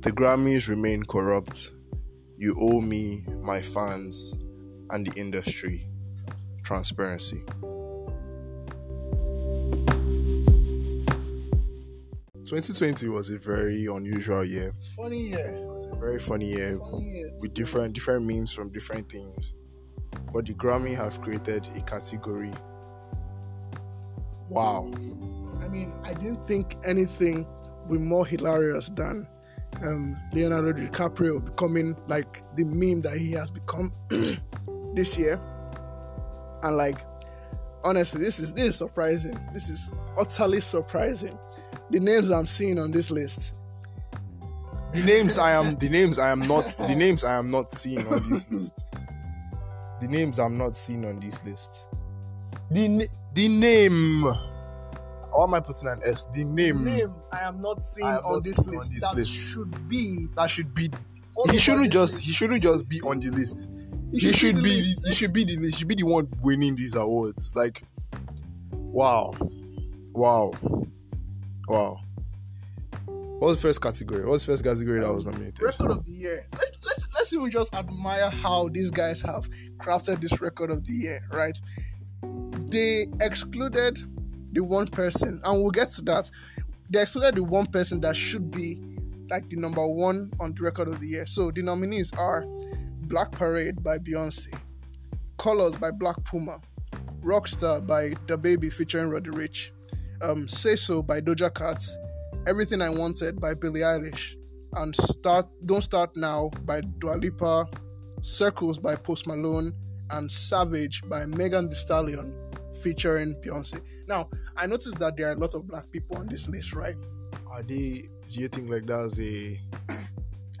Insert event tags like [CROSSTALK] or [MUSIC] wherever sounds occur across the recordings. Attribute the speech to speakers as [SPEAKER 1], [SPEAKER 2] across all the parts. [SPEAKER 1] The Grammys remain corrupt. You owe me, my fans, and the industry. Transparency. Twenty twenty was a very unusual year.
[SPEAKER 2] Funny year.
[SPEAKER 1] It was a very funny year
[SPEAKER 2] Funny year.
[SPEAKER 1] with different different memes from different things. But the Grammy have created a category. Wow.
[SPEAKER 2] I mean, I didn't think anything would be more hilarious than um, Leonardo DiCaprio becoming like the meme that he has become [CLEARS THROAT] this year. And like, honestly, this is this is surprising. This is utterly surprising. The names I'm seeing on this list.
[SPEAKER 1] The names I am the names I am not the names I am not seeing on this list. The names I'm not seeing on this list. The na- the name. Why am I putting an S? The name,
[SPEAKER 2] I am not seeing
[SPEAKER 1] Hmm. I am not seeing on this list.
[SPEAKER 2] should be.
[SPEAKER 1] that should be.
[SPEAKER 2] on
[SPEAKER 1] He
[SPEAKER 2] the
[SPEAKER 1] shouldn't
[SPEAKER 2] list.
[SPEAKER 1] just. He shouldn't just be on the list.
[SPEAKER 2] He
[SPEAKER 1] He should
[SPEAKER 2] the
[SPEAKER 1] be.
[SPEAKER 2] list.
[SPEAKER 1] He should be the. He should be the one winning these awards. Like, wow, wow, wow. What was the first category? What was the first category that was nominated?
[SPEAKER 2] record of the year. Let's, let's let's even just admire how these guys have crafted this record of the year, right? They excluded the one person, and we'll get to that. They excluded the one person that should be like the number one on the record of the year. So the nominees are Black Parade by Beyonce, Colors by Black Puma, Rockstar by The Baby featuring Roddy Rich, um, Say So by Doja Cat, Everything I Wanted by Billie Eilish, and Start Don't Start Now by Dua Lipa, Circles by Post Malone, and Savage by Megan Thee Stallion featuring Beyonce. Now, I noticed that there are a lot of black people on this list, right?
[SPEAKER 1] Are they? Do you think like that's a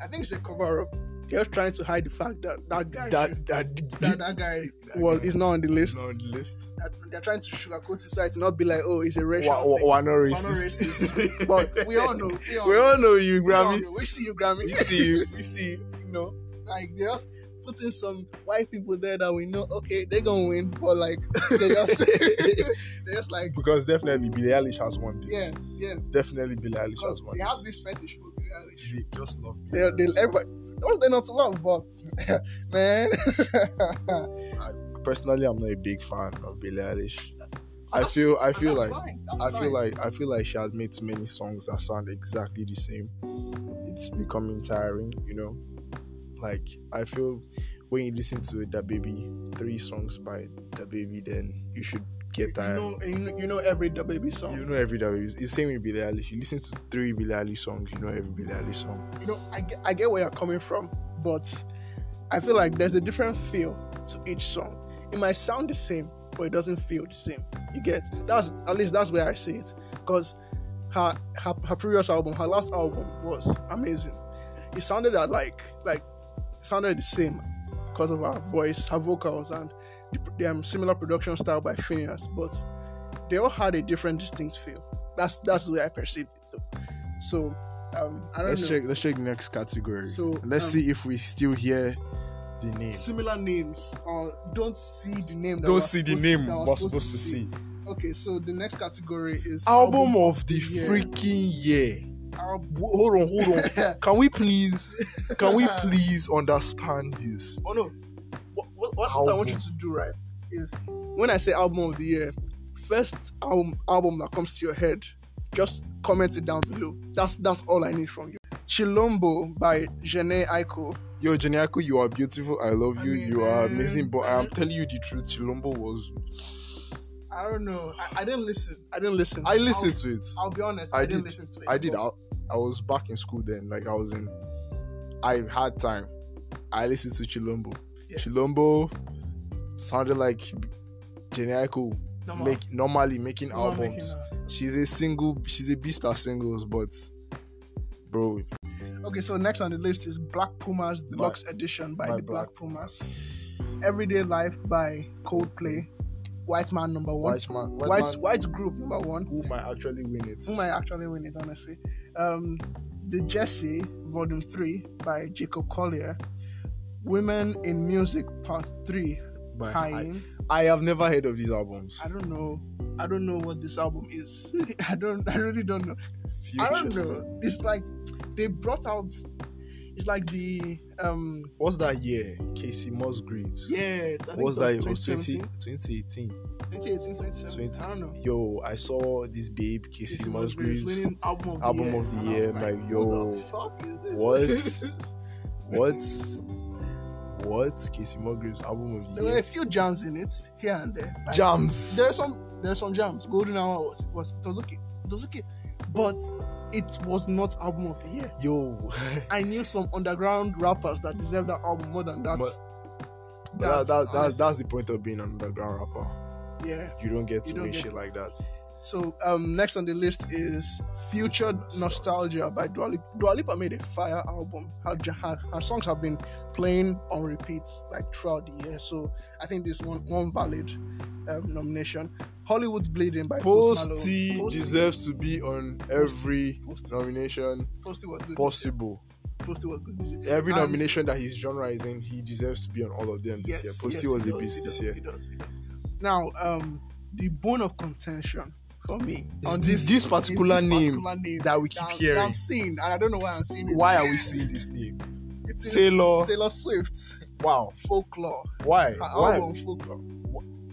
[SPEAKER 2] I think it's a cover up. They're just trying to hide the fact that that guy should-
[SPEAKER 1] that that,
[SPEAKER 2] that, that guy
[SPEAKER 1] [LAUGHS] that
[SPEAKER 2] was
[SPEAKER 1] guy
[SPEAKER 2] is not on the
[SPEAKER 1] is
[SPEAKER 2] list.
[SPEAKER 1] not on the list?
[SPEAKER 2] That- They're trying to sugarcoat it so it's not be like, oh, it's a racial
[SPEAKER 1] Wa- wa-
[SPEAKER 2] thing.
[SPEAKER 1] wa- not
[SPEAKER 2] We're not
[SPEAKER 1] racist. [LAUGHS]
[SPEAKER 2] racist. but we all know. We all
[SPEAKER 1] We
[SPEAKER 2] know.
[SPEAKER 1] all know you,
[SPEAKER 2] We all
[SPEAKER 1] Grammy.
[SPEAKER 2] know. We see you, Grammy.
[SPEAKER 1] We see you. We see you. you know.
[SPEAKER 2] like they just putting some white people there that we know okay they're gonna win but like [LAUGHS]
[SPEAKER 1] [LAUGHS]
[SPEAKER 2] they just they just like
[SPEAKER 1] Because definitely Billie Eilish has won
[SPEAKER 2] yeah
[SPEAKER 1] this.
[SPEAKER 2] yeah
[SPEAKER 1] Definitely Billie Eilish has
[SPEAKER 2] because
[SPEAKER 1] won
[SPEAKER 2] they
[SPEAKER 1] this.
[SPEAKER 2] have this fetish for Billie Eilish.
[SPEAKER 1] They just love
[SPEAKER 2] they they everybody those they not to love but [LAUGHS] man
[SPEAKER 1] personally I'm not a big fan of Billie Eilish. I feel I feel like I feel like I feel like she has made too many songs that sound exactly the same. It's becoming tiring, you know. Like I feel when you listen to the baby three songs by the baby, then you should get
[SPEAKER 2] you
[SPEAKER 1] tired.
[SPEAKER 2] know you know, you know every the baby song
[SPEAKER 1] You know every Dabi. It's the same with Billie Eilish. You listen to three Billie Eilish songs, you know every Billie Eilish song.
[SPEAKER 2] you know, I get, I get where you're coming from, but I feel like there's a different feel to each song. It might sound the same, but it doesn't feel the same. You get that's at least that's where I see it. Because her, her her previous album, her last album was amazing. It sounded at like like it sounded the same because of her voice, her vocals, and the, the um, similar production style by Phineas. But they all had a different, distinct feel. That's that's the way I perceived it. Though. So um, I don't
[SPEAKER 1] Let's
[SPEAKER 2] know.
[SPEAKER 1] check let's check the next category.
[SPEAKER 2] So,
[SPEAKER 1] let's
[SPEAKER 2] um,
[SPEAKER 1] see if we still hear the name.
[SPEAKER 2] similar names or don't see the name. That
[SPEAKER 1] Don't
[SPEAKER 2] we're
[SPEAKER 1] see the
[SPEAKER 2] supposed-
[SPEAKER 1] name
[SPEAKER 2] that we're
[SPEAKER 1] we're supposed to see.
[SPEAKER 2] Okay, so the next category is
[SPEAKER 1] Album of the
[SPEAKER 2] year.
[SPEAKER 1] freaking year.
[SPEAKER 2] Album.
[SPEAKER 1] [LAUGHS] W- Hold on, hold on. Can we please can we please understand this?
[SPEAKER 2] [LAUGHS] oh no, what, what, what I want you to do right is when I say album of the year, first album album that comes to your head, just comment it down below. That's that's all I need from you. Chilombo by Jene Aiko.
[SPEAKER 1] Yo, Jeniako, you are beautiful. I love
[SPEAKER 2] I
[SPEAKER 1] you.
[SPEAKER 2] mean,
[SPEAKER 1] you are
[SPEAKER 2] man,
[SPEAKER 1] amazing. But I am
[SPEAKER 2] man.
[SPEAKER 1] telling you the truth, Chilombo was
[SPEAKER 2] I don't know. I, I didn't listen. I didn't listen.
[SPEAKER 1] I listened to it.
[SPEAKER 2] I'll, I'll be honest.
[SPEAKER 1] I
[SPEAKER 2] I, didn't
[SPEAKER 1] did.
[SPEAKER 2] listen to it.
[SPEAKER 1] I did.
[SPEAKER 2] but-
[SPEAKER 1] I, I was back in school then. Like I was in. I had time. I listened to Chilombo.
[SPEAKER 2] Yeah.
[SPEAKER 1] Chilombo sounded like Jeniako
[SPEAKER 2] No, ma-
[SPEAKER 1] make normally making
[SPEAKER 2] no, I'm making uh,
[SPEAKER 1] albums.
[SPEAKER 2] that.
[SPEAKER 1] she's a single. She's a beast of singles, but bro,
[SPEAKER 2] Okay, so next on the list is Black Pumas Deluxe Edition by,
[SPEAKER 1] by
[SPEAKER 2] the Black,
[SPEAKER 1] Black
[SPEAKER 2] Pumas. Everyday Life by Coldplay. White Man number one.
[SPEAKER 1] white man,
[SPEAKER 2] White
[SPEAKER 1] white,
[SPEAKER 2] White,
[SPEAKER 1] man
[SPEAKER 2] Group number one.
[SPEAKER 1] who might actually win it.
[SPEAKER 2] Who might actually win it, honestly? Um, the Jesse Volume Three by Jacob Collier. Women in Music Part Three
[SPEAKER 1] But I,
[SPEAKER 2] Haim.
[SPEAKER 1] I have never heard of these albums.
[SPEAKER 2] I don't know. I don't know what this album is. [LAUGHS] I don't. I really don't know.
[SPEAKER 1] Future.
[SPEAKER 2] I don't know. It's like they brought out. It's like the um.
[SPEAKER 1] What's that year? Casey Musgraves.
[SPEAKER 2] Yeah. I think
[SPEAKER 1] What's
[SPEAKER 2] it
[SPEAKER 1] that?
[SPEAKER 2] was
[SPEAKER 1] year? Oh, It was 20, 2018.
[SPEAKER 2] 2017? 2018, 2017. I don't know.
[SPEAKER 1] Yo, I saw this babe, Casey,
[SPEAKER 2] Casey
[SPEAKER 1] Musgraves.
[SPEAKER 2] winning album of
[SPEAKER 1] album
[SPEAKER 2] the year.
[SPEAKER 1] of the
[SPEAKER 2] And I was
[SPEAKER 1] year,
[SPEAKER 2] Like,
[SPEAKER 1] like, yo,
[SPEAKER 2] what the fuck is this? [LAUGHS]
[SPEAKER 1] What? What? Casey Musgraves album of the
[SPEAKER 2] there were
[SPEAKER 1] year.
[SPEAKER 2] a few jams in it here and there. Like,
[SPEAKER 1] Jams.
[SPEAKER 2] There are some. There are some jams. Golden Hour was was it was okay. It was okay, but it was not album of the year.
[SPEAKER 1] Yo, [LAUGHS]
[SPEAKER 2] I knew some underground rappers that deserve that album more than that.
[SPEAKER 1] But- that,
[SPEAKER 2] That-
[SPEAKER 1] that, that's,
[SPEAKER 2] honestly,
[SPEAKER 1] that's the point of being an underground rapper.
[SPEAKER 2] yeah.
[SPEAKER 1] You don't get to
[SPEAKER 2] You don't
[SPEAKER 1] win
[SPEAKER 2] get-
[SPEAKER 1] shit like that.
[SPEAKER 2] So um, next on the list is Future Nostalgia by Dua Lipa. Dua Lipa made a fire album. Her, ja- her, her songs have been playing on repeat like throughout the year. So I think this one one valid um, nomination. Hollywood's Bleeding by Post Malone.
[SPEAKER 1] Posty
[SPEAKER 2] Posty-
[SPEAKER 1] deserves to be on every nomination
[SPEAKER 2] Posty was good. music.
[SPEAKER 1] possible.
[SPEAKER 2] Posty was good music.
[SPEAKER 1] Every
[SPEAKER 2] And-
[SPEAKER 1] nomination that his genre is in, he deserves to be on all of them this year. Posty was
[SPEAKER 2] he
[SPEAKER 1] a
[SPEAKER 2] does,
[SPEAKER 1] beast
[SPEAKER 2] he
[SPEAKER 1] this
[SPEAKER 2] does,
[SPEAKER 1] year.
[SPEAKER 2] he does, he does. Now, um, the bone of contention for me
[SPEAKER 1] Is the- this particular name that we keep
[SPEAKER 2] I'm-
[SPEAKER 1] hearing.
[SPEAKER 2] I'm seeing, and I don't know why I'm seeing it.
[SPEAKER 1] Why are we seeing this name?
[SPEAKER 2] It is
[SPEAKER 1] Taylor.
[SPEAKER 2] Taylor Uh, Swift
[SPEAKER 1] Wow.
[SPEAKER 2] folklore?
[SPEAKER 1] Why?
[SPEAKER 2] Her
[SPEAKER 1] Why?
[SPEAKER 2] album folklore.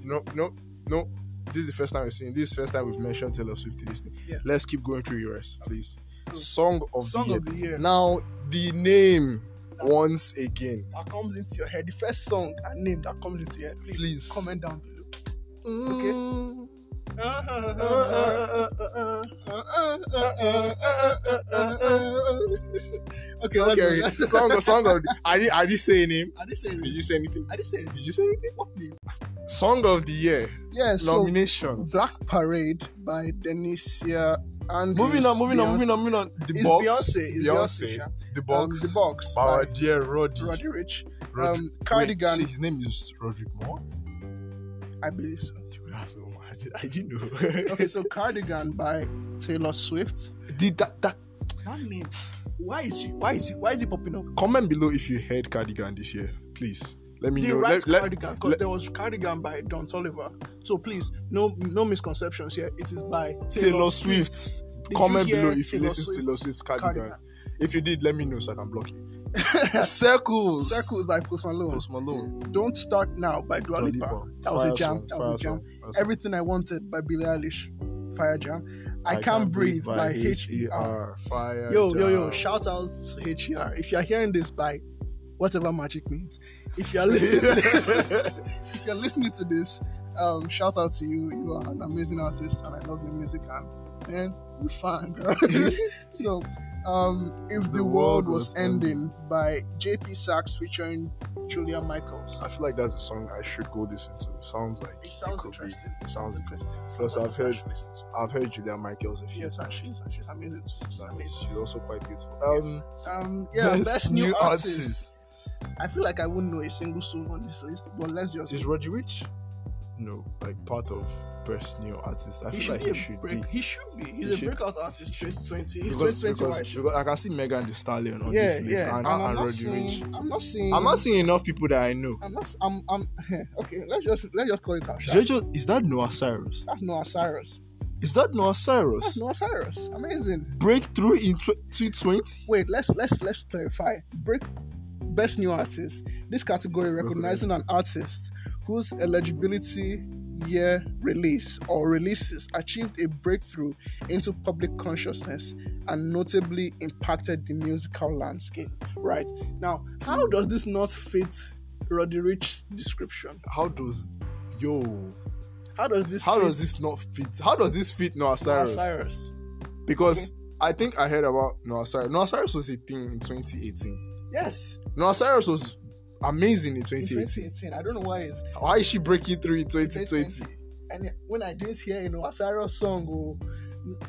[SPEAKER 1] No, no, no. This is the first time we've seen. This is the first time we've mentioned Taylor Swift in this thing.
[SPEAKER 2] Yeah.
[SPEAKER 1] Let's keep going through your rest, please.
[SPEAKER 2] So,
[SPEAKER 1] Song of
[SPEAKER 2] song
[SPEAKER 1] the year.
[SPEAKER 2] of the year
[SPEAKER 1] Now the name once again.
[SPEAKER 2] that comes into your head. The first song and name that comes into your head. Please,
[SPEAKER 1] Please.
[SPEAKER 2] comment down below.
[SPEAKER 1] Okay.
[SPEAKER 2] [LAUGHS] Uh, okay, let's go.
[SPEAKER 1] song
[SPEAKER 2] [LAUGHS]
[SPEAKER 1] of song of. The, I did. I did say a name.
[SPEAKER 2] I didn't say
[SPEAKER 1] Did
[SPEAKER 2] anything.
[SPEAKER 1] you say anything?
[SPEAKER 2] I didn't say anything.
[SPEAKER 1] Did you say anything?
[SPEAKER 2] What name?
[SPEAKER 1] Song of the year
[SPEAKER 2] Yeah, so
[SPEAKER 1] nominations.
[SPEAKER 2] Black Parade by Denicia and
[SPEAKER 1] Moving on, moving on, moving on, moving on. The
[SPEAKER 2] It's
[SPEAKER 1] box.
[SPEAKER 2] Beyonce. It's Beyonce.
[SPEAKER 1] Beyonce.
[SPEAKER 2] sha.
[SPEAKER 1] The
[SPEAKER 2] Um,
[SPEAKER 1] box.
[SPEAKER 2] the box.
[SPEAKER 1] Our
[SPEAKER 2] by
[SPEAKER 1] dear Roddy.
[SPEAKER 2] Roddy Rich.
[SPEAKER 1] Rodri-
[SPEAKER 2] Um,
[SPEAKER 1] Wait,
[SPEAKER 2] Cardigan.
[SPEAKER 1] so his name is Roderick Moore.
[SPEAKER 2] I believe so.
[SPEAKER 1] You would have so much. [LAUGHS] I didn't
[SPEAKER 2] [LAUGHS]
[SPEAKER 1] know.
[SPEAKER 2] Okay, so Cardigan by Taylor Swift.
[SPEAKER 1] Did that, that
[SPEAKER 2] That name. Why is it? Why is it? Why is it popping up?
[SPEAKER 1] comment below if you heard Cardigan this year, please. Let me
[SPEAKER 2] They
[SPEAKER 1] know.
[SPEAKER 2] write
[SPEAKER 1] Let- let-
[SPEAKER 2] Cardigan because
[SPEAKER 1] let-
[SPEAKER 2] there was Cardigan by Don Tolliver. So please, no, no misconceptions here. It is by Taylor,
[SPEAKER 1] Taylor Swift.
[SPEAKER 2] Did
[SPEAKER 1] Comment
[SPEAKER 2] you hear
[SPEAKER 1] below if you
[SPEAKER 2] Taylor
[SPEAKER 1] listen to Taylor
[SPEAKER 2] Swift's
[SPEAKER 1] Swift's Cardigan. If you did, let me know so I can block you.
[SPEAKER 2] [LAUGHS] Cardigan.
[SPEAKER 1] Circles.
[SPEAKER 2] Circles by Post Malone.
[SPEAKER 1] Post Malone.
[SPEAKER 2] Don't Start Now by Dua Lipa. That was a jam. That was a jam. Everything I Wanted by Billie Eilish. Fire Jam. I, Can't, Breathe by E H.E.R.
[SPEAKER 1] E Fire.
[SPEAKER 2] Yo, yo, yo.
[SPEAKER 1] jam.
[SPEAKER 2] Shout out to H.E.R. If you're hearing this by whatever magic means, if [LAUGHS] you're listening to this, if you're listening to this, um, shout out to you. You are an amazing artist and I love your music and man, you fine, girl. [LAUGHS] so um, if the, world, was, ending, by JP Sachs featuring Julia Michaels.
[SPEAKER 1] I feel like that's the song I should go listen to. It sounds like
[SPEAKER 2] Ah, It sounds
[SPEAKER 1] could be-
[SPEAKER 2] interesting.
[SPEAKER 1] It sounds interesting.
[SPEAKER 2] Sounds
[SPEAKER 1] Plus, I've
[SPEAKER 2] like I
[SPEAKER 1] heard-
[SPEAKER 2] should listen to it.
[SPEAKER 1] I've heard Julia Michaels a few
[SPEAKER 2] Yes, and
[SPEAKER 1] times.
[SPEAKER 2] she's, and she's amazing. too. She's amazing.
[SPEAKER 1] She's also quite beautiful. Um,
[SPEAKER 2] Um, yeah, best, new, artist. I feel like I wouldn't know a single song on this list, but let's just.
[SPEAKER 1] Is Roddy Rich? No, like part of best new artist. I
[SPEAKER 2] he
[SPEAKER 1] feel
[SPEAKER 2] should
[SPEAKER 1] like
[SPEAKER 2] be
[SPEAKER 1] he
[SPEAKER 2] a
[SPEAKER 1] should
[SPEAKER 2] break.
[SPEAKER 1] be.
[SPEAKER 2] He should be. He's
[SPEAKER 1] He
[SPEAKER 2] a
[SPEAKER 1] should-
[SPEAKER 2] breakout artist. 2020. He's
[SPEAKER 1] Because,
[SPEAKER 2] 2020.
[SPEAKER 1] because,
[SPEAKER 2] why should-
[SPEAKER 1] because I can see Megan the Stallion on
[SPEAKER 2] yeah,
[SPEAKER 1] this list
[SPEAKER 2] yeah.
[SPEAKER 1] and,
[SPEAKER 2] I'm,
[SPEAKER 1] and,
[SPEAKER 2] not
[SPEAKER 1] Roddy Rich.
[SPEAKER 2] seeing, I'm not seeing.
[SPEAKER 1] I'm not seeing enough people that I know.
[SPEAKER 2] I'm not. I'm. I'm. [LAUGHS] Okay. Let's just. Let's just call it out.
[SPEAKER 1] Did they just- is that Noah Cyrus?
[SPEAKER 2] That's Noah Cyrus.
[SPEAKER 1] Is that Noah
[SPEAKER 2] That's
[SPEAKER 1] Cyrus?
[SPEAKER 2] Noah Cyrus. Amazing.
[SPEAKER 1] Breakthrough in tw- 2020?
[SPEAKER 2] Wait. Let's let's let's clarify. Break. Best new artist. This category recognizing an artist whose eligibility year release or releases achieved a breakthrough into public consciousness and notably impacted the musical landscape. Right now, how does this not fit Roddy Rich's description?
[SPEAKER 1] How does. Yo.
[SPEAKER 2] How does this?
[SPEAKER 1] How
[SPEAKER 2] fit
[SPEAKER 1] does this not fit? How does this fit Noah
[SPEAKER 2] Noah
[SPEAKER 1] Cyrus?
[SPEAKER 2] Cyrus?
[SPEAKER 1] Because I think I heard about Noah Cyrus. Noah Cyrus was a thing in 2018.
[SPEAKER 2] Yes,
[SPEAKER 1] Noah Cyrus was amazing in
[SPEAKER 2] in
[SPEAKER 1] 2018.
[SPEAKER 2] 2018. I don't know why it's
[SPEAKER 1] Why is she breaking through in 2020?
[SPEAKER 2] 2020. And when I didn't hear a Noah Cyrus song, oh,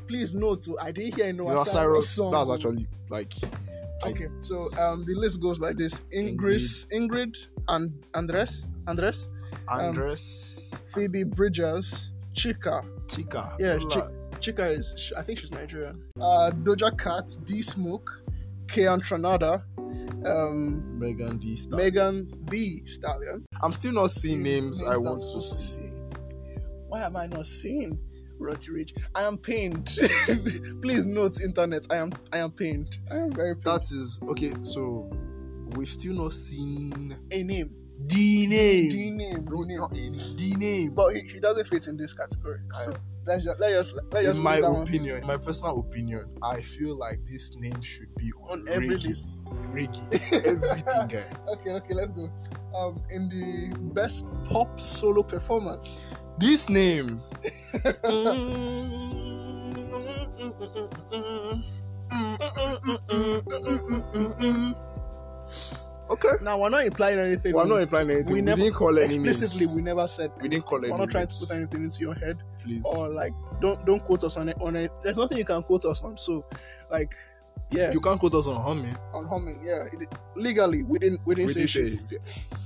[SPEAKER 2] please note, oh, I didn't hear a Noah,
[SPEAKER 1] Noah
[SPEAKER 2] Cyrus,
[SPEAKER 1] Cyrus, that
[SPEAKER 2] song.
[SPEAKER 1] was
[SPEAKER 2] oh.
[SPEAKER 1] actually like.
[SPEAKER 2] Okay, so um, the list goes like this: Ingrid, Ingrid, and Andres, Andres,
[SPEAKER 1] Andres,
[SPEAKER 2] Phoebe Bridgers, Chica.
[SPEAKER 1] Chica.
[SPEAKER 2] Yeah,
[SPEAKER 1] Lola.
[SPEAKER 2] Chica, Chica is. sh- I think she's Nigerian. Uh, Doja Cat, D Smoke, Keon Tranada, um,
[SPEAKER 1] Megan D. Stallion.
[SPEAKER 2] Megan the Stallion.
[SPEAKER 1] I'm still not seeing names I
[SPEAKER 2] that
[SPEAKER 1] want
[SPEAKER 2] I'm
[SPEAKER 1] to
[SPEAKER 2] supposed to
[SPEAKER 1] see.
[SPEAKER 2] see. Why am I not seeing Roddy Rich? I am
[SPEAKER 1] [LAUGHS]
[SPEAKER 2] pained. Please note, internet. I am I am pained. I am very pained.
[SPEAKER 1] That is okay. So we've still not seen
[SPEAKER 2] a name,
[SPEAKER 1] D
[SPEAKER 2] the name, the
[SPEAKER 1] No,
[SPEAKER 2] name.
[SPEAKER 1] not any. D name.
[SPEAKER 2] But he, he doesn't fit in this category. So let's just let's just let's just
[SPEAKER 1] in my
[SPEAKER 2] leave that one
[SPEAKER 1] opinion, in my personal opinion, I feel like this name should be on,
[SPEAKER 2] on every
[SPEAKER 1] reggae.
[SPEAKER 2] list. [LAUGHS]
[SPEAKER 1] Reggae, [LAUGHS] everything. guy.
[SPEAKER 2] Okay, okay, let's go. Um, in the best pop
[SPEAKER 1] [LAUGHS]
[SPEAKER 2] solo performance. [LAUGHS]
[SPEAKER 1] This name. Okay.
[SPEAKER 2] Now we're not implying anything.
[SPEAKER 1] We're not implying anything. We,
[SPEAKER 2] we never-
[SPEAKER 1] didn't call any names.
[SPEAKER 2] explicitly. We never said.
[SPEAKER 1] We didn't call
[SPEAKER 2] We're
[SPEAKER 1] any
[SPEAKER 2] not trying to
[SPEAKER 1] names.
[SPEAKER 2] put anything into your head
[SPEAKER 1] Please.
[SPEAKER 2] or like don't don't quote us on it. On it, there's nothing you can quote us on. So, like, yeah,
[SPEAKER 1] You can't quote us on humming.
[SPEAKER 2] on humming, yeah, it, legally we didn't we didn't
[SPEAKER 1] We
[SPEAKER 2] say
[SPEAKER 1] did
[SPEAKER 2] shit.
[SPEAKER 1] say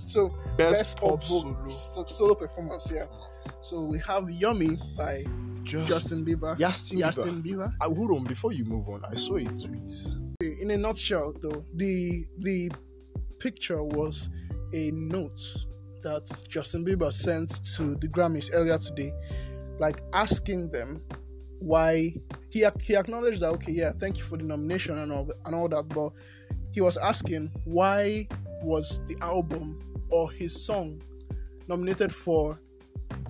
[SPEAKER 2] So
[SPEAKER 1] best, pop
[SPEAKER 2] vo-
[SPEAKER 1] solo.
[SPEAKER 2] so- solo performance, yeah. So we have Yummy by
[SPEAKER 1] Just,
[SPEAKER 2] Justin Bieber.
[SPEAKER 1] Justin. Bieber.
[SPEAKER 2] Justin Bieber.
[SPEAKER 1] I, hold on, before you move on, I saw a tweet.
[SPEAKER 2] In a nutshell, though, the the picture was a note that Justin Bieber sent to the Grammys earlier today, like asking them why he ac- he acknowledged that okay, yeah, thank you for the nomination and all and all that, but he was asking why was the album or his song nominated for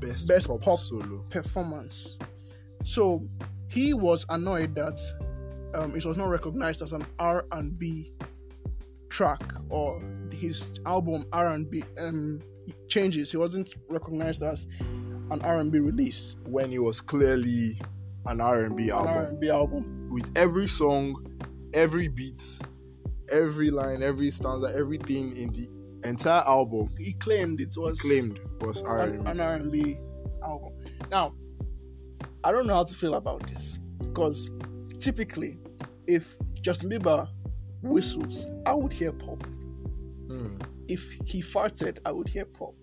[SPEAKER 1] Best,
[SPEAKER 2] Best
[SPEAKER 1] pop,
[SPEAKER 2] pop.
[SPEAKER 1] solo.
[SPEAKER 2] performance. So he was annoyed that um, it was not recognized as an R and B track or his album R and B um, changes. He wasn't recognized as an R and B release,
[SPEAKER 1] When it was clearly an R&B
[SPEAKER 2] an
[SPEAKER 1] album
[SPEAKER 2] R and B album.
[SPEAKER 1] with every song, every beat, every line, every stanza, everything in the entire album
[SPEAKER 2] He claimed it was
[SPEAKER 1] claimed was
[SPEAKER 2] an
[SPEAKER 1] R&B.
[SPEAKER 2] an R and B album. Now, I don't know how to feel about this because typically, if Justin Bieber whistles, I would hear pop.
[SPEAKER 1] Hmm.
[SPEAKER 2] if he farted, I would hear pop.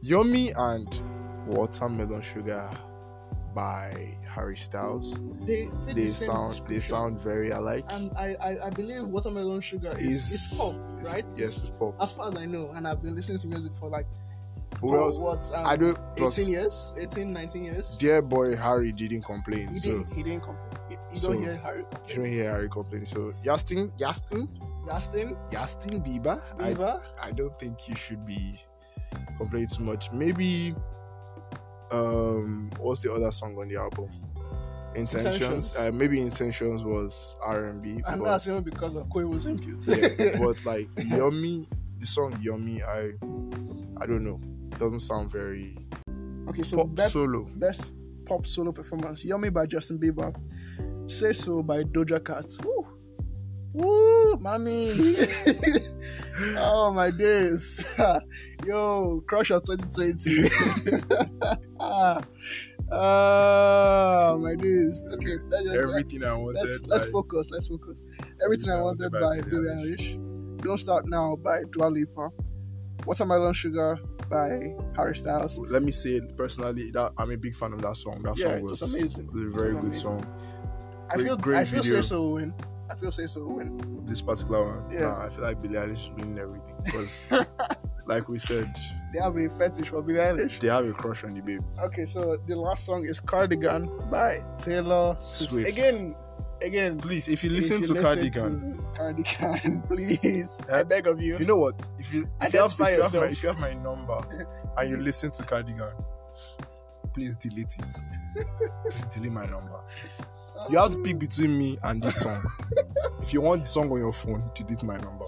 [SPEAKER 1] Yummy and Watermelon Sugar by Harry Styles.
[SPEAKER 2] They fit
[SPEAKER 1] They
[SPEAKER 2] the same
[SPEAKER 1] sound they
[SPEAKER 2] description.
[SPEAKER 1] sound very alike.
[SPEAKER 2] And I, I, I believe watermelon sugar is,
[SPEAKER 1] It's-
[SPEAKER 2] is pop,
[SPEAKER 1] it's-
[SPEAKER 2] right?
[SPEAKER 1] Yes, it's pop.
[SPEAKER 2] As far as I know, and I've been listening to music for like
[SPEAKER 1] Who
[SPEAKER 2] oh,
[SPEAKER 1] else?
[SPEAKER 2] what um,
[SPEAKER 1] I don't.
[SPEAKER 2] 18
[SPEAKER 1] Plus,
[SPEAKER 2] years, 18, 19 years.
[SPEAKER 1] dear boy Harry didn't complain,
[SPEAKER 2] he,
[SPEAKER 1] so
[SPEAKER 2] didn't, he didn't complain. You, you
[SPEAKER 1] so-
[SPEAKER 2] don't hear Harry
[SPEAKER 1] you
[SPEAKER 2] complain.
[SPEAKER 1] don't hear Harry complain. So Justin, Justin,
[SPEAKER 2] Justin
[SPEAKER 1] Justin Bieber. I
[SPEAKER 2] Bieber,
[SPEAKER 1] I don't think you should be complaining too much. Maybe um what's the other song on the album? Intentions.
[SPEAKER 2] Intentions.
[SPEAKER 1] Uh, maybe Intentions was R and B.
[SPEAKER 2] and
[SPEAKER 1] But
[SPEAKER 2] that's only because of Koi was impute. [LAUGHS]
[SPEAKER 1] yeah, but like Yummy, the song Yummy, I I don't know. Doesn't sound very
[SPEAKER 2] okay, so
[SPEAKER 1] pop
[SPEAKER 2] that
[SPEAKER 1] solo.
[SPEAKER 2] best pop solo performance yummy by justin bieber say so by doja cat Woo. Woo,
[SPEAKER 1] [LAUGHS]
[SPEAKER 2] mommy. oh my days. [LAUGHS] Yo, crush of 2020. [LAUGHS] ah, ah, my days. Okay, let's, just,
[SPEAKER 1] Everything I wanted.
[SPEAKER 2] let's, let's
[SPEAKER 1] like,
[SPEAKER 2] focus. Let's focus. Everything I Wanted by
[SPEAKER 1] Everything I Wanted by
[SPEAKER 2] Billie Eilish. Don't Start Now by Dua Lipa. Watermelon Sugar by Harry Styles.
[SPEAKER 1] let me say it personally that I'm a big fan of that song. That
[SPEAKER 2] yeah,
[SPEAKER 1] song
[SPEAKER 2] it
[SPEAKER 1] was,
[SPEAKER 2] was amazing.
[SPEAKER 1] was a
[SPEAKER 2] It
[SPEAKER 1] very
[SPEAKER 2] was
[SPEAKER 1] good
[SPEAKER 2] amazing.
[SPEAKER 1] song.
[SPEAKER 2] I
[SPEAKER 1] Great-
[SPEAKER 2] feel
[SPEAKER 1] great
[SPEAKER 2] I feel
[SPEAKER 1] video.
[SPEAKER 2] say so win. I feel say so win.
[SPEAKER 1] This particular one.
[SPEAKER 2] Yeah.
[SPEAKER 1] Nah, I feel like Billie Eilish is winning everything
[SPEAKER 2] [LAUGHS]
[SPEAKER 1] because like we said,
[SPEAKER 2] They have a fetish for Billie Eilish.
[SPEAKER 1] They have a crush on you, babe.
[SPEAKER 2] Okay, so the last song is Cardigan by Taylor
[SPEAKER 1] Swift.
[SPEAKER 2] Again, again.
[SPEAKER 1] Please, if you
[SPEAKER 2] if
[SPEAKER 1] listen to
[SPEAKER 2] listen
[SPEAKER 1] Cardigan,
[SPEAKER 2] to Cardigan, [LAUGHS] please. I
[SPEAKER 1] Huh?
[SPEAKER 2] beg of you.
[SPEAKER 1] you know what? If you if you, have, if, you
[SPEAKER 2] Identify
[SPEAKER 1] have my,
[SPEAKER 2] yourself.
[SPEAKER 1] if you have my
[SPEAKER 2] [LAUGHS]
[SPEAKER 1] number and you listen to Cardigan, please delete it. please delete my number. You have to pick between me and this
[SPEAKER 2] [LAUGHS]
[SPEAKER 1] song. if you want the song on your phone, delete my number.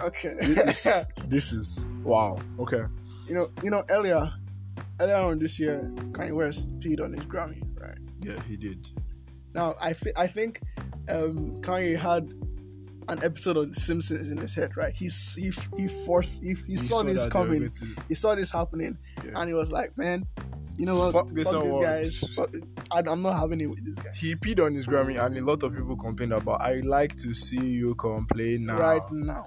[SPEAKER 2] Okay.
[SPEAKER 1] This is, this is wow. Okay.
[SPEAKER 2] [LAUGHS] you know, you know earlier earlier on this year, Kanye West peed on his Grammy, right?
[SPEAKER 1] Yeah, he did.
[SPEAKER 2] Now I thi- I think um, Kanye had an episode of The Simpsons in his head, right? He s- he f- he forced he, he, saw, this
[SPEAKER 1] that
[SPEAKER 2] coming.
[SPEAKER 1] they were going to-
[SPEAKER 2] he saw this happening
[SPEAKER 1] Yeah.
[SPEAKER 2] and he was like, man, you know what?
[SPEAKER 1] Fuck this
[SPEAKER 2] these
[SPEAKER 1] award."
[SPEAKER 2] guys. Fuck- I, I'm not having it with this guy.
[SPEAKER 1] He peed on his Grammy, and a lot of people complained about. I like to see you complain now,
[SPEAKER 2] Right now.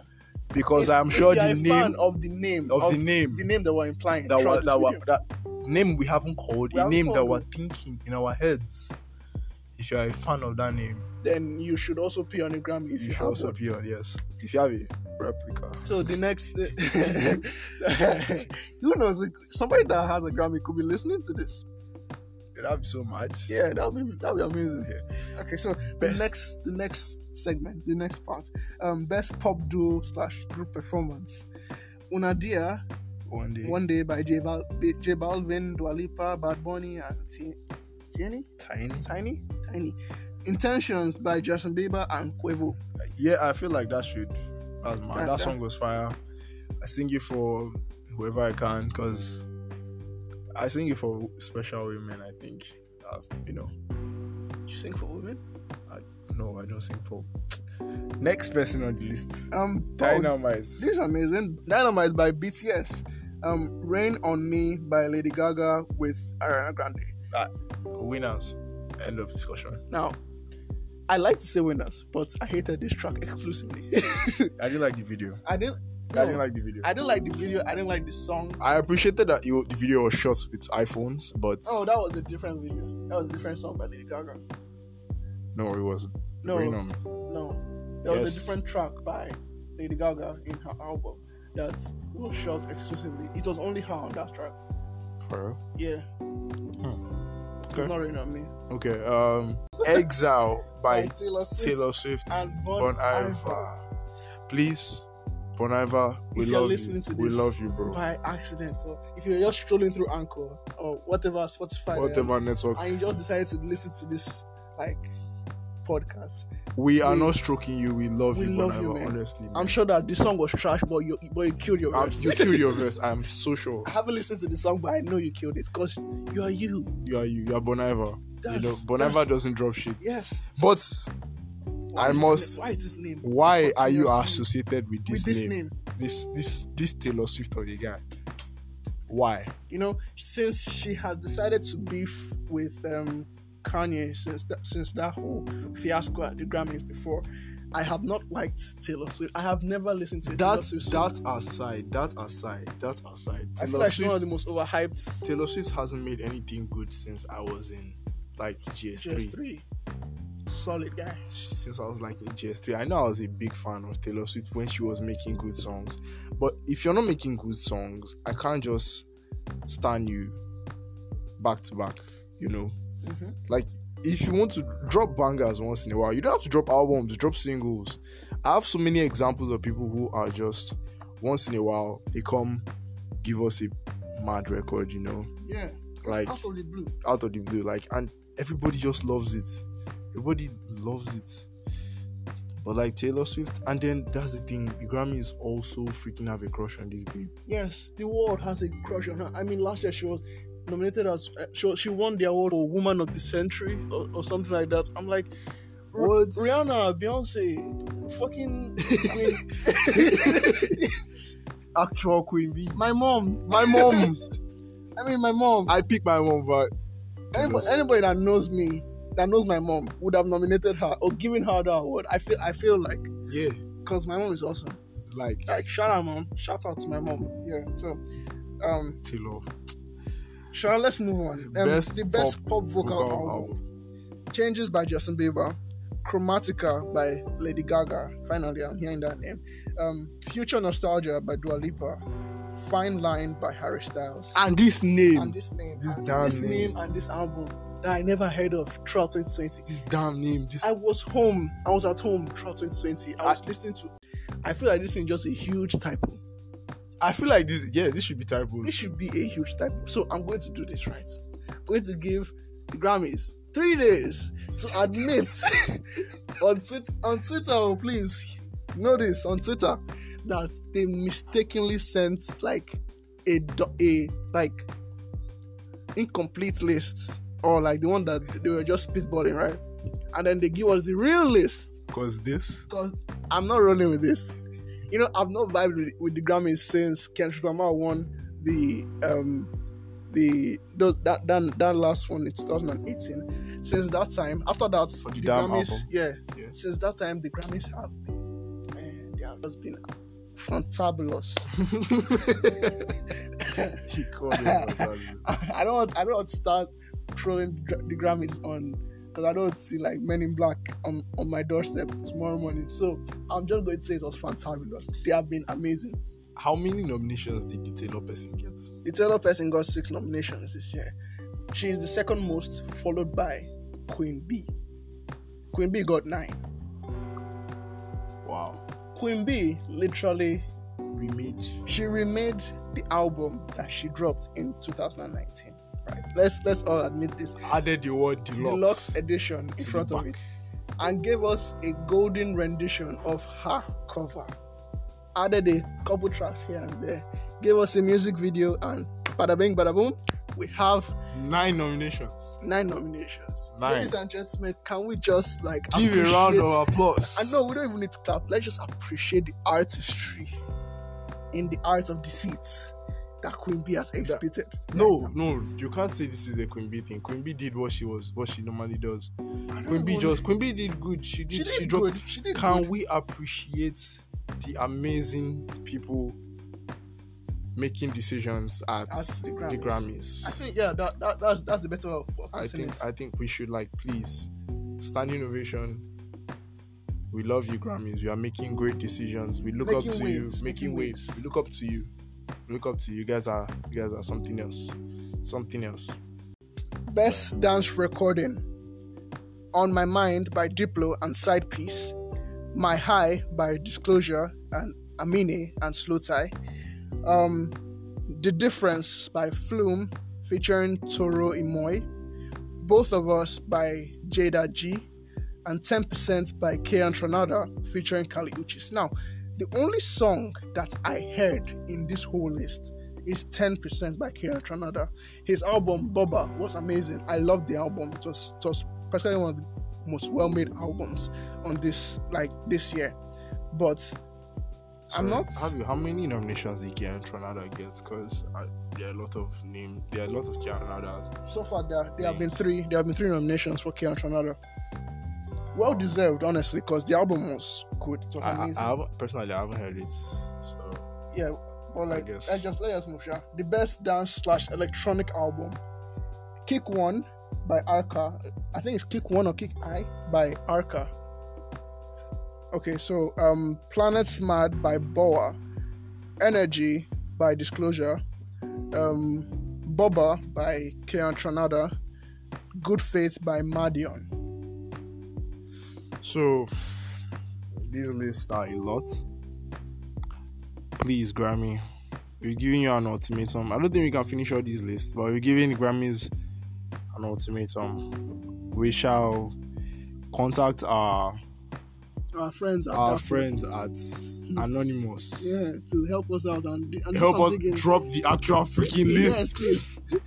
[SPEAKER 1] Because
[SPEAKER 2] If-
[SPEAKER 1] I'm sure
[SPEAKER 2] if
[SPEAKER 1] the
[SPEAKER 2] you're a fan
[SPEAKER 1] name
[SPEAKER 2] of the name
[SPEAKER 1] of, the name
[SPEAKER 2] the name that we're implying
[SPEAKER 1] that were,
[SPEAKER 2] throughout
[SPEAKER 1] that
[SPEAKER 2] this
[SPEAKER 1] were,
[SPEAKER 2] video,
[SPEAKER 1] that name we haven't called,
[SPEAKER 2] We
[SPEAKER 1] a
[SPEAKER 2] haven't
[SPEAKER 1] name that
[SPEAKER 2] called
[SPEAKER 1] we're thinking in our heads. If you're a fan of that name,
[SPEAKER 2] then you should also pay on a Grammy if
[SPEAKER 1] you, should
[SPEAKER 2] you, have
[SPEAKER 1] also
[SPEAKER 2] one.
[SPEAKER 1] be on. Yes, if you have it, replica.
[SPEAKER 2] So the next, [LAUGHS] who knows? we- Somebody that has a Grammy could be listening to this.
[SPEAKER 1] That'd be so mad.
[SPEAKER 2] Yeah, that'll be that'll be amazing. Okay, so
[SPEAKER 1] Best.
[SPEAKER 2] the next the next segment, the next part, um, best pop duo slash group performance, Una Dia,
[SPEAKER 1] One day.
[SPEAKER 2] One Day by J, Bal- J Balvin, Dua Lipa, Bad Bunny, and T- Tieni?
[SPEAKER 1] tiny.
[SPEAKER 2] Tiny, Tiny, Intentions by Justin Bieber and Quavo.
[SPEAKER 1] Yeah, I feel like that should. That's my,
[SPEAKER 2] That-
[SPEAKER 1] that,
[SPEAKER 2] that-
[SPEAKER 1] song was fire. I sing it for whoever I can because I sing it for special women. I think. Uh, you know.
[SPEAKER 2] You sing for women?
[SPEAKER 1] No, I don't sing for. Next person on the list.
[SPEAKER 2] Um, Dynamite.
[SPEAKER 1] Dynamite.
[SPEAKER 2] this is amazing. Dynamite by BTS. Um, Rain on Me by Lady Gaga with Ariana Grande.
[SPEAKER 1] Winners. End of discussion.
[SPEAKER 2] Now, I like to say winners, but I hated this track exclusively. [LAUGHS]
[SPEAKER 1] I didn't like the video.
[SPEAKER 2] I didn't.
[SPEAKER 1] I
[SPEAKER 2] no,
[SPEAKER 1] didn't like the video.
[SPEAKER 2] I didn't like the video. I didn't like the song.
[SPEAKER 1] I appreciated that you, the video was shot with iPhones, but
[SPEAKER 2] Oh, that was a different video. That was a different song by Lady Gaga.
[SPEAKER 1] no, it was
[SPEAKER 2] No,
[SPEAKER 1] Rain on Me.
[SPEAKER 2] no, there was
[SPEAKER 1] Yes.
[SPEAKER 2] a different track by Lady Gaga in her album that was shot exclusively. It was only her on that track.
[SPEAKER 1] For real?
[SPEAKER 2] Yeah,
[SPEAKER 1] Hmm. Okay.
[SPEAKER 2] it's not rain on me.
[SPEAKER 1] Okay. Um,
[SPEAKER 2] [LAUGHS]
[SPEAKER 1] Exile by
[SPEAKER 2] Taylor Swift
[SPEAKER 1] Taylor Swift.
[SPEAKER 2] and Bon
[SPEAKER 1] Bon
[SPEAKER 2] Iver.
[SPEAKER 1] Iver. Please, Bon Iver, we
[SPEAKER 2] If you're
[SPEAKER 1] love you.
[SPEAKER 2] listening to
[SPEAKER 1] we
[SPEAKER 2] this,
[SPEAKER 1] love you, bro.
[SPEAKER 2] By accident, or if you're just strolling through Anchor or whatever Spotify, there,
[SPEAKER 1] Whatever network,
[SPEAKER 2] and you just decided to listen to this like podcast.
[SPEAKER 1] we are
[SPEAKER 2] we-
[SPEAKER 1] not stroking you. We love
[SPEAKER 2] we
[SPEAKER 1] you,
[SPEAKER 2] love
[SPEAKER 1] Bon
[SPEAKER 2] you,
[SPEAKER 1] Iver,
[SPEAKER 2] man.
[SPEAKER 1] Honestly,
[SPEAKER 2] I'm [LAUGHS]
[SPEAKER 1] man.
[SPEAKER 2] sure that this song was trash, but you but you killed your
[SPEAKER 1] I'm-
[SPEAKER 2] verse.
[SPEAKER 1] Um, you killed your verse. I'm so sure.
[SPEAKER 2] [LAUGHS] I haven't listened to the song, but I know you killed it because you are you.
[SPEAKER 1] You are you. You are Bon Iver.
[SPEAKER 2] That's,
[SPEAKER 1] you know, Bon
[SPEAKER 2] that's-
[SPEAKER 1] Iver doesn't drop shit.
[SPEAKER 2] Yes.
[SPEAKER 1] But
[SPEAKER 2] Why
[SPEAKER 1] I
[SPEAKER 2] is his
[SPEAKER 1] must-
[SPEAKER 2] name- Why is his name?
[SPEAKER 1] why
[SPEAKER 2] What
[SPEAKER 1] are you
[SPEAKER 2] else?
[SPEAKER 1] associated with this,
[SPEAKER 2] With this
[SPEAKER 1] name?
[SPEAKER 2] name.
[SPEAKER 1] This this this Taylor Swift of the guy. Why?
[SPEAKER 2] you know, since she has decided to beef with um, Kanye since that since that whole fiasco at the Grammys before, I have not liked Taylor Swift. I have never listened to a Taylor
[SPEAKER 1] That
[SPEAKER 2] Swift. song.
[SPEAKER 1] that aside, that aside, that aside.
[SPEAKER 2] I feel
[SPEAKER 1] Taylor
[SPEAKER 2] like she's one
[SPEAKER 1] Swift,
[SPEAKER 2] of the most overhyped.
[SPEAKER 1] Taylor Swift hasn't made anything good since I was in like
[SPEAKER 2] Just
[SPEAKER 1] GS3.
[SPEAKER 2] three, solid guy.
[SPEAKER 1] Since I was like in GS3, I know I was a big fan of Taylor Swift when she was making good songs. But if you're not making good songs, I can't just stand you back to back. You know,
[SPEAKER 2] Mhm.
[SPEAKER 1] if you want to drop bangers once in a while, you don't have to drop albums, drop singles. I have so many examples of people who are just once in a while they come give us a mad record, you know,
[SPEAKER 2] Yeah,
[SPEAKER 1] like
[SPEAKER 2] out of the blue.
[SPEAKER 1] out of the blue, like, and everybody just loves it. Everybody loves it. But like Taylor Swift, and then that's the thing, the Grammys also freaking have a crush on this babe.
[SPEAKER 2] Yes, the world has a crush on her. I mean, last year she was nominated as uh, she, she won the award for Woman of the Century or, or something like that. I'm like, R-
[SPEAKER 1] What?
[SPEAKER 2] Rihanna, Beyonce, fucking Queen.
[SPEAKER 1] Actual Queen Bee.
[SPEAKER 2] [LAUGHS] my mom.
[SPEAKER 1] My mom.
[SPEAKER 2] I mean, my mom.
[SPEAKER 1] I picked my mom, but
[SPEAKER 2] Anybody, anybody that knows me, that knows my mom, would have nominated her or given her the award. I feel, I feel like,
[SPEAKER 1] yeah,
[SPEAKER 2] cause my mom is awesome.
[SPEAKER 1] like
[SPEAKER 2] Like, shout out, mom. Shout out to my mom. Yeah. So, um,
[SPEAKER 1] Taylor.
[SPEAKER 2] Sure, let's move on. Um,
[SPEAKER 1] Best
[SPEAKER 2] the best pop, vocal,
[SPEAKER 1] vocal
[SPEAKER 2] album.
[SPEAKER 1] album.
[SPEAKER 2] Changes by Justin Bieber. Chromatica by Lady Gaga. Finally, I'm hearing that name. Um, Future Nostalgia by Dua Lipa. Fine Line by Harry Styles.
[SPEAKER 1] and this name,
[SPEAKER 2] and this name,
[SPEAKER 1] Ah, This
[SPEAKER 2] and
[SPEAKER 1] damn
[SPEAKER 2] this
[SPEAKER 1] name.
[SPEAKER 2] name, and this album that I never heard of throughout 2020.
[SPEAKER 1] this damn name, this
[SPEAKER 2] I was home. I was at home throughout 2020.
[SPEAKER 1] Ah.
[SPEAKER 2] I was listening to. I feel like this is just a huge typo.
[SPEAKER 1] I feel like this. Yeah, this should be terrible.
[SPEAKER 2] This should be a huge typo. So I'm going to do this right. I'm going to give the Grammys three days to admit [LAUGHS] on Twitter. On Twitter, oh, please notice on Twitter that they mistakenly sent like a do- a like incomplete list or like the one that they were just spitballing, right? And then they give us the real list
[SPEAKER 1] Cause this.
[SPEAKER 2] because I'm not rolling with this. You know, I've not vibed with, with the Grammys since Kendrick Lamar won the um the those, that, that that last one in 2018. Since that time, after that,
[SPEAKER 1] For the damn album.
[SPEAKER 2] yeah,
[SPEAKER 1] Yeah.
[SPEAKER 2] since that time the Grammys have been, eh, they have just been
[SPEAKER 1] [LAUGHS]
[SPEAKER 2] fantabulous.
[SPEAKER 1] He called [LAUGHS] it.
[SPEAKER 2] [LAUGHS] I don't want I don't want to start throwing the Grammys on because I don't see like Men in Black on, on my doorstep tomorrow morning. So I'm just going to say it was fantabulous. They have been amazing.
[SPEAKER 1] [LAUGHS] How many nominations did the Taylor person get?
[SPEAKER 2] The Taylor person got six nominations this year. She is the second most, followed by Queen B. Queen B got nine.
[SPEAKER 1] Wow.
[SPEAKER 2] Queen B literally
[SPEAKER 1] Remade.
[SPEAKER 2] she remade the album that she dropped in 2019. Right. Let's let's all admit this.
[SPEAKER 1] Added the word deluxe.
[SPEAKER 2] Deluxe edition in
[SPEAKER 1] to the
[SPEAKER 2] front of
[SPEAKER 1] back.
[SPEAKER 2] it and gave us a golden rendition of her cover. Added a couple tracks here and there, gave us a music video, and bada bing, bada boom, we have
[SPEAKER 1] Nine nominations.
[SPEAKER 2] nine nominations.
[SPEAKER 1] Nine.
[SPEAKER 2] Ladies and gentlemen, can we just like
[SPEAKER 1] Give a round
[SPEAKER 2] appreciate-
[SPEAKER 1] of applause.
[SPEAKER 2] and no, we don't even need to clap. Let's just appreciate the artistry in the art of deceit that Queen B has exhibited.
[SPEAKER 1] No, no, you can't say this is a Queen B thing. Queen B did what she was, what she normally does. Queen B just, Queen B did good. She did,
[SPEAKER 2] she
[SPEAKER 1] she,
[SPEAKER 2] did
[SPEAKER 1] dropped.
[SPEAKER 2] good. She did
[SPEAKER 1] Can
[SPEAKER 2] good.
[SPEAKER 1] we appreciate the amazing people making decisions at,
[SPEAKER 2] At the
[SPEAKER 1] the Grammys?
[SPEAKER 2] Grammys. I think yeah, that, that that's that's the better way of of
[SPEAKER 1] I
[SPEAKER 2] putting
[SPEAKER 1] think
[SPEAKER 2] it.
[SPEAKER 1] I think we should like please standing ovation. We love you, Grammys. You are making great decisions. We look up
[SPEAKER 2] Making
[SPEAKER 1] to you,
[SPEAKER 2] waves,
[SPEAKER 1] making,
[SPEAKER 2] making
[SPEAKER 1] waves.
[SPEAKER 2] waves.
[SPEAKER 1] We look up to you. We look up to you. You guys are you guys are something else. Something else.
[SPEAKER 2] Best dance recording. On My Mind by Diplo and Side Piece. My High by Disclosure and Amine and Slow Tie. Um, the Difference by Flume featuring Toro Imoy. Both of Us by Jada G. And 10% by K and Tronada featuring Kali Uchis. Now, the only song that I heard in this whole list is 10% by K and Tronada. His album Boba was amazing. I loved the album. It was it was practically one of the most well-made albums on this like this year. But I'm
[SPEAKER 1] Sorry,
[SPEAKER 2] not
[SPEAKER 1] Have you, how many nominations did Kian Tronada get? Because there are a lot of name. There are a lot of Kian Tronada.
[SPEAKER 2] so far there, there have been
[SPEAKER 1] Yes.
[SPEAKER 2] three there have been three nominations for Keon Tronada. Well deserved, honestly, because the album was good. It was
[SPEAKER 1] I, I,
[SPEAKER 2] amazing.
[SPEAKER 1] I haven't, personally, I haven't heard it. So
[SPEAKER 2] yeah, but like
[SPEAKER 1] guess.
[SPEAKER 2] let's just let us move. Yeah, the best dance slash electronic album, Kick One by Arca. I think it's Kick One or Kick I by Arca. Okay, so um, Planet Smart by Boa, Energy by Disclosure, um, Boba by Keon Tronada, Good Faith by Madion.
[SPEAKER 1] So, these lists are a lot. Please, Grammy, we're giving you an ultimatum. I don't think we can finish all these lists, but we're giving Grammys an ultimatum. We shall contact our
[SPEAKER 2] Our friends, are
[SPEAKER 1] our
[SPEAKER 2] back.
[SPEAKER 1] friends at Anonymous.
[SPEAKER 2] yeah, to help us out and, and do
[SPEAKER 1] Help us
[SPEAKER 2] something in-
[SPEAKER 1] drop the actual freaking
[SPEAKER 2] Yes,
[SPEAKER 1] list.
[SPEAKER 2] please. [LAUGHS]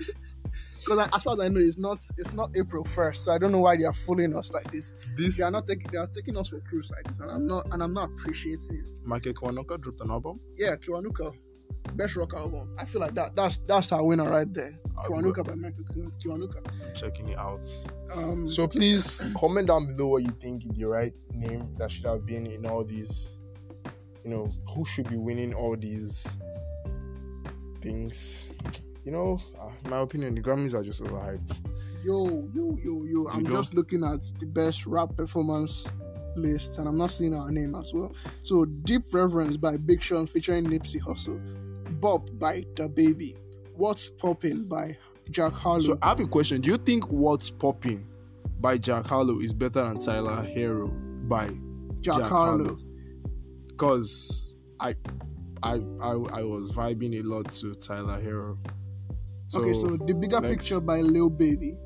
[SPEAKER 2] Because as far as I know, it's not it's not April first, so I don't know why they are fooling us like this. They
[SPEAKER 1] This
[SPEAKER 2] are not taking they are taking us for cruise like this, and I'm not and I'm not appreciating it.
[SPEAKER 1] Michael Kwanoka dropped an album.
[SPEAKER 2] Yeah, Kiwanuka, best rock album. I feel like that that's that's our winner right there.
[SPEAKER 1] I'll be
[SPEAKER 2] Kiwanuka by Michael Ki- Kiwanuka.
[SPEAKER 1] I'm checking it out.
[SPEAKER 2] Um,
[SPEAKER 1] So please comment down below what you think the right name that should have been in all these. You know who should be winning all these things. You know, uh, in my opinion, the Grammys are just overhyped.
[SPEAKER 2] yo yo yo yo, I'm
[SPEAKER 1] don't-
[SPEAKER 2] just looking at the best rap performance list, and I'm not seeing our name as well. So Deep Reverence by Big Sean featuring Nipsey Hussle, Bob by The Baby, What's Poppin' by Jack Harlow.
[SPEAKER 1] So I have a question. Do you think "What's Popping" by Jack Harlow is better than Tyler Hero by
[SPEAKER 2] Jack,
[SPEAKER 1] Jack
[SPEAKER 2] Harlow.
[SPEAKER 1] Harlow. Because I, I, I, I was vibing a lot to Tyler Hero.
[SPEAKER 2] okay, so The Bigger
[SPEAKER 1] next.
[SPEAKER 2] Picture by Lil Baby,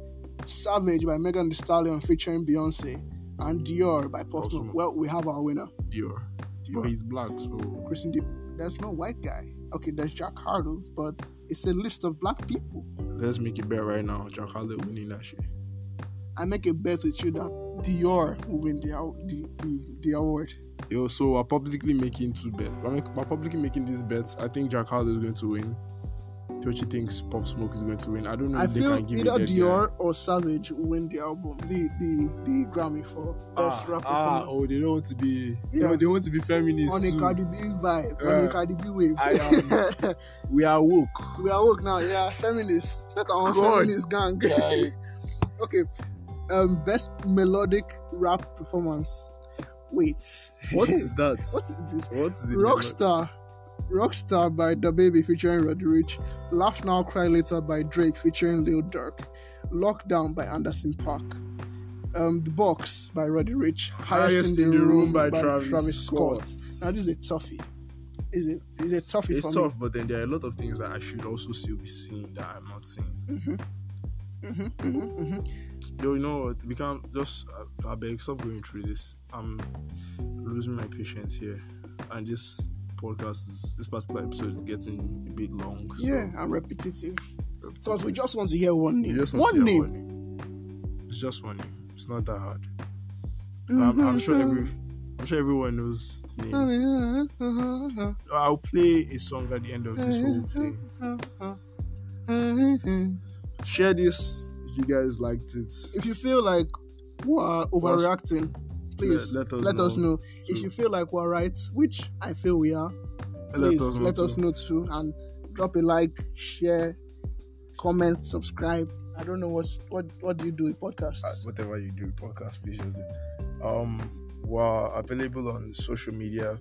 [SPEAKER 2] Savage by Megan Thee Stallion featuring Beyonce, and Dior by Post
[SPEAKER 1] Post
[SPEAKER 2] Malone.
[SPEAKER 1] Malone.
[SPEAKER 2] Well, we have our winner,
[SPEAKER 1] Dior. Dior.
[SPEAKER 2] Dior.
[SPEAKER 1] he's black, so
[SPEAKER 2] Christian Dior. There's no white guy. Okay, there's Jack Harlow, but it's a list of black people.
[SPEAKER 1] let's make it bet right now. Jack Harlow winning that shit.
[SPEAKER 2] I make a bet with you that Dior will win the aw- the, the, the award.
[SPEAKER 1] Yo, so we're publicly making two bets. We're, make, we're publicly making these bets. I think Jack Harlow is going to win. Tochi thinks Pop Smoke is going to win. I don't know
[SPEAKER 2] I
[SPEAKER 1] if they
[SPEAKER 2] feel
[SPEAKER 1] can give it
[SPEAKER 2] either
[SPEAKER 1] their-
[SPEAKER 2] Dior or Savage will win the album, the the, the Grammy for
[SPEAKER 1] Ah,
[SPEAKER 2] best rap
[SPEAKER 1] ah, oh,
[SPEAKER 2] performance.
[SPEAKER 1] they don't want to be. they
[SPEAKER 2] Yeah.
[SPEAKER 1] want- They want to be feminists.
[SPEAKER 2] on a
[SPEAKER 1] too.
[SPEAKER 2] Cardi B vibe, on
[SPEAKER 1] Yeah.
[SPEAKER 2] a Cardi B wave.
[SPEAKER 1] I am-
[SPEAKER 2] [LAUGHS]
[SPEAKER 1] We are woke.
[SPEAKER 2] we are woke now, yeah. Feminists. Set our own
[SPEAKER 1] God.
[SPEAKER 2] feminist gang. [LAUGHS] okay. um, best melodic rap performance. Wait,
[SPEAKER 1] [LAUGHS] What
[SPEAKER 2] [LAUGHS]
[SPEAKER 1] is that?
[SPEAKER 2] what is this?
[SPEAKER 1] What is it?
[SPEAKER 2] Rockstar, Rockstar by The Baby featuring Roderick. Laugh Now, Cry Later by Drake featuring Lil Durk. Lockdown by Anderson Park. Um, the Box by Roddy Rich.
[SPEAKER 1] Highest, in the room by, Travis, Scott.
[SPEAKER 2] Now this is a toughie. Is it? Is it toughie
[SPEAKER 1] It's
[SPEAKER 2] for
[SPEAKER 1] tough, but then there are a lot of things that I should also still be seeing that I'm not seeing.
[SPEAKER 2] Mm-hmm. me? Mhm, mhm, mhm.
[SPEAKER 1] Yo, you know what? We can't just. I, I beg, stop going through this. I'm losing my patience here, and this podcast is this particular episode is getting a bit long. So
[SPEAKER 2] Yeah, I'm repetitive. Because we just want to hear one name.
[SPEAKER 1] You just want
[SPEAKER 2] one
[SPEAKER 1] to hear
[SPEAKER 2] name.
[SPEAKER 1] one name. It's just one name. It's not that hard. I'm,
[SPEAKER 2] Mhm.
[SPEAKER 1] I'm sure every, I'm sure everyone knows the
[SPEAKER 2] Mm-hmm.
[SPEAKER 1] name.
[SPEAKER 2] Mhm.
[SPEAKER 1] I'll play a song at the end of this whole
[SPEAKER 2] Mm-hmm.
[SPEAKER 1] thing. Share this if you guys liked it.
[SPEAKER 2] If you feel like we're overreacting, please
[SPEAKER 1] let
[SPEAKER 2] let,
[SPEAKER 1] us
[SPEAKER 2] us,
[SPEAKER 1] know
[SPEAKER 2] know. If you feel like we're right, which I feel we are, please let us, know,
[SPEAKER 1] too.
[SPEAKER 2] too. And drop a like, share, comment, subscribe. I don't know what's what what do you do with
[SPEAKER 1] Uh,
[SPEAKER 2] podcasts?
[SPEAKER 1] whatever you do, podcast, please just do. Um, we're available on social media.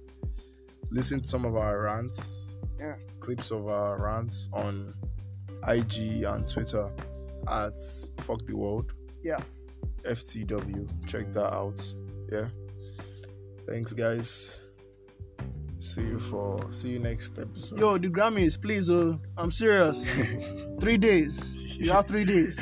[SPEAKER 1] Listen to some of our rants,
[SPEAKER 2] Yeah.
[SPEAKER 1] clips of our rants on IG and Twitter at Fuck the World.
[SPEAKER 2] Yeah.
[SPEAKER 1] FTW. Check that out. Yeah. Thanks, guys. See you for see you next episode.
[SPEAKER 2] Yo, the
[SPEAKER 1] [LAUGHS]
[SPEAKER 2] Grammys, please. Oh, I'm serious. three days. You have three days.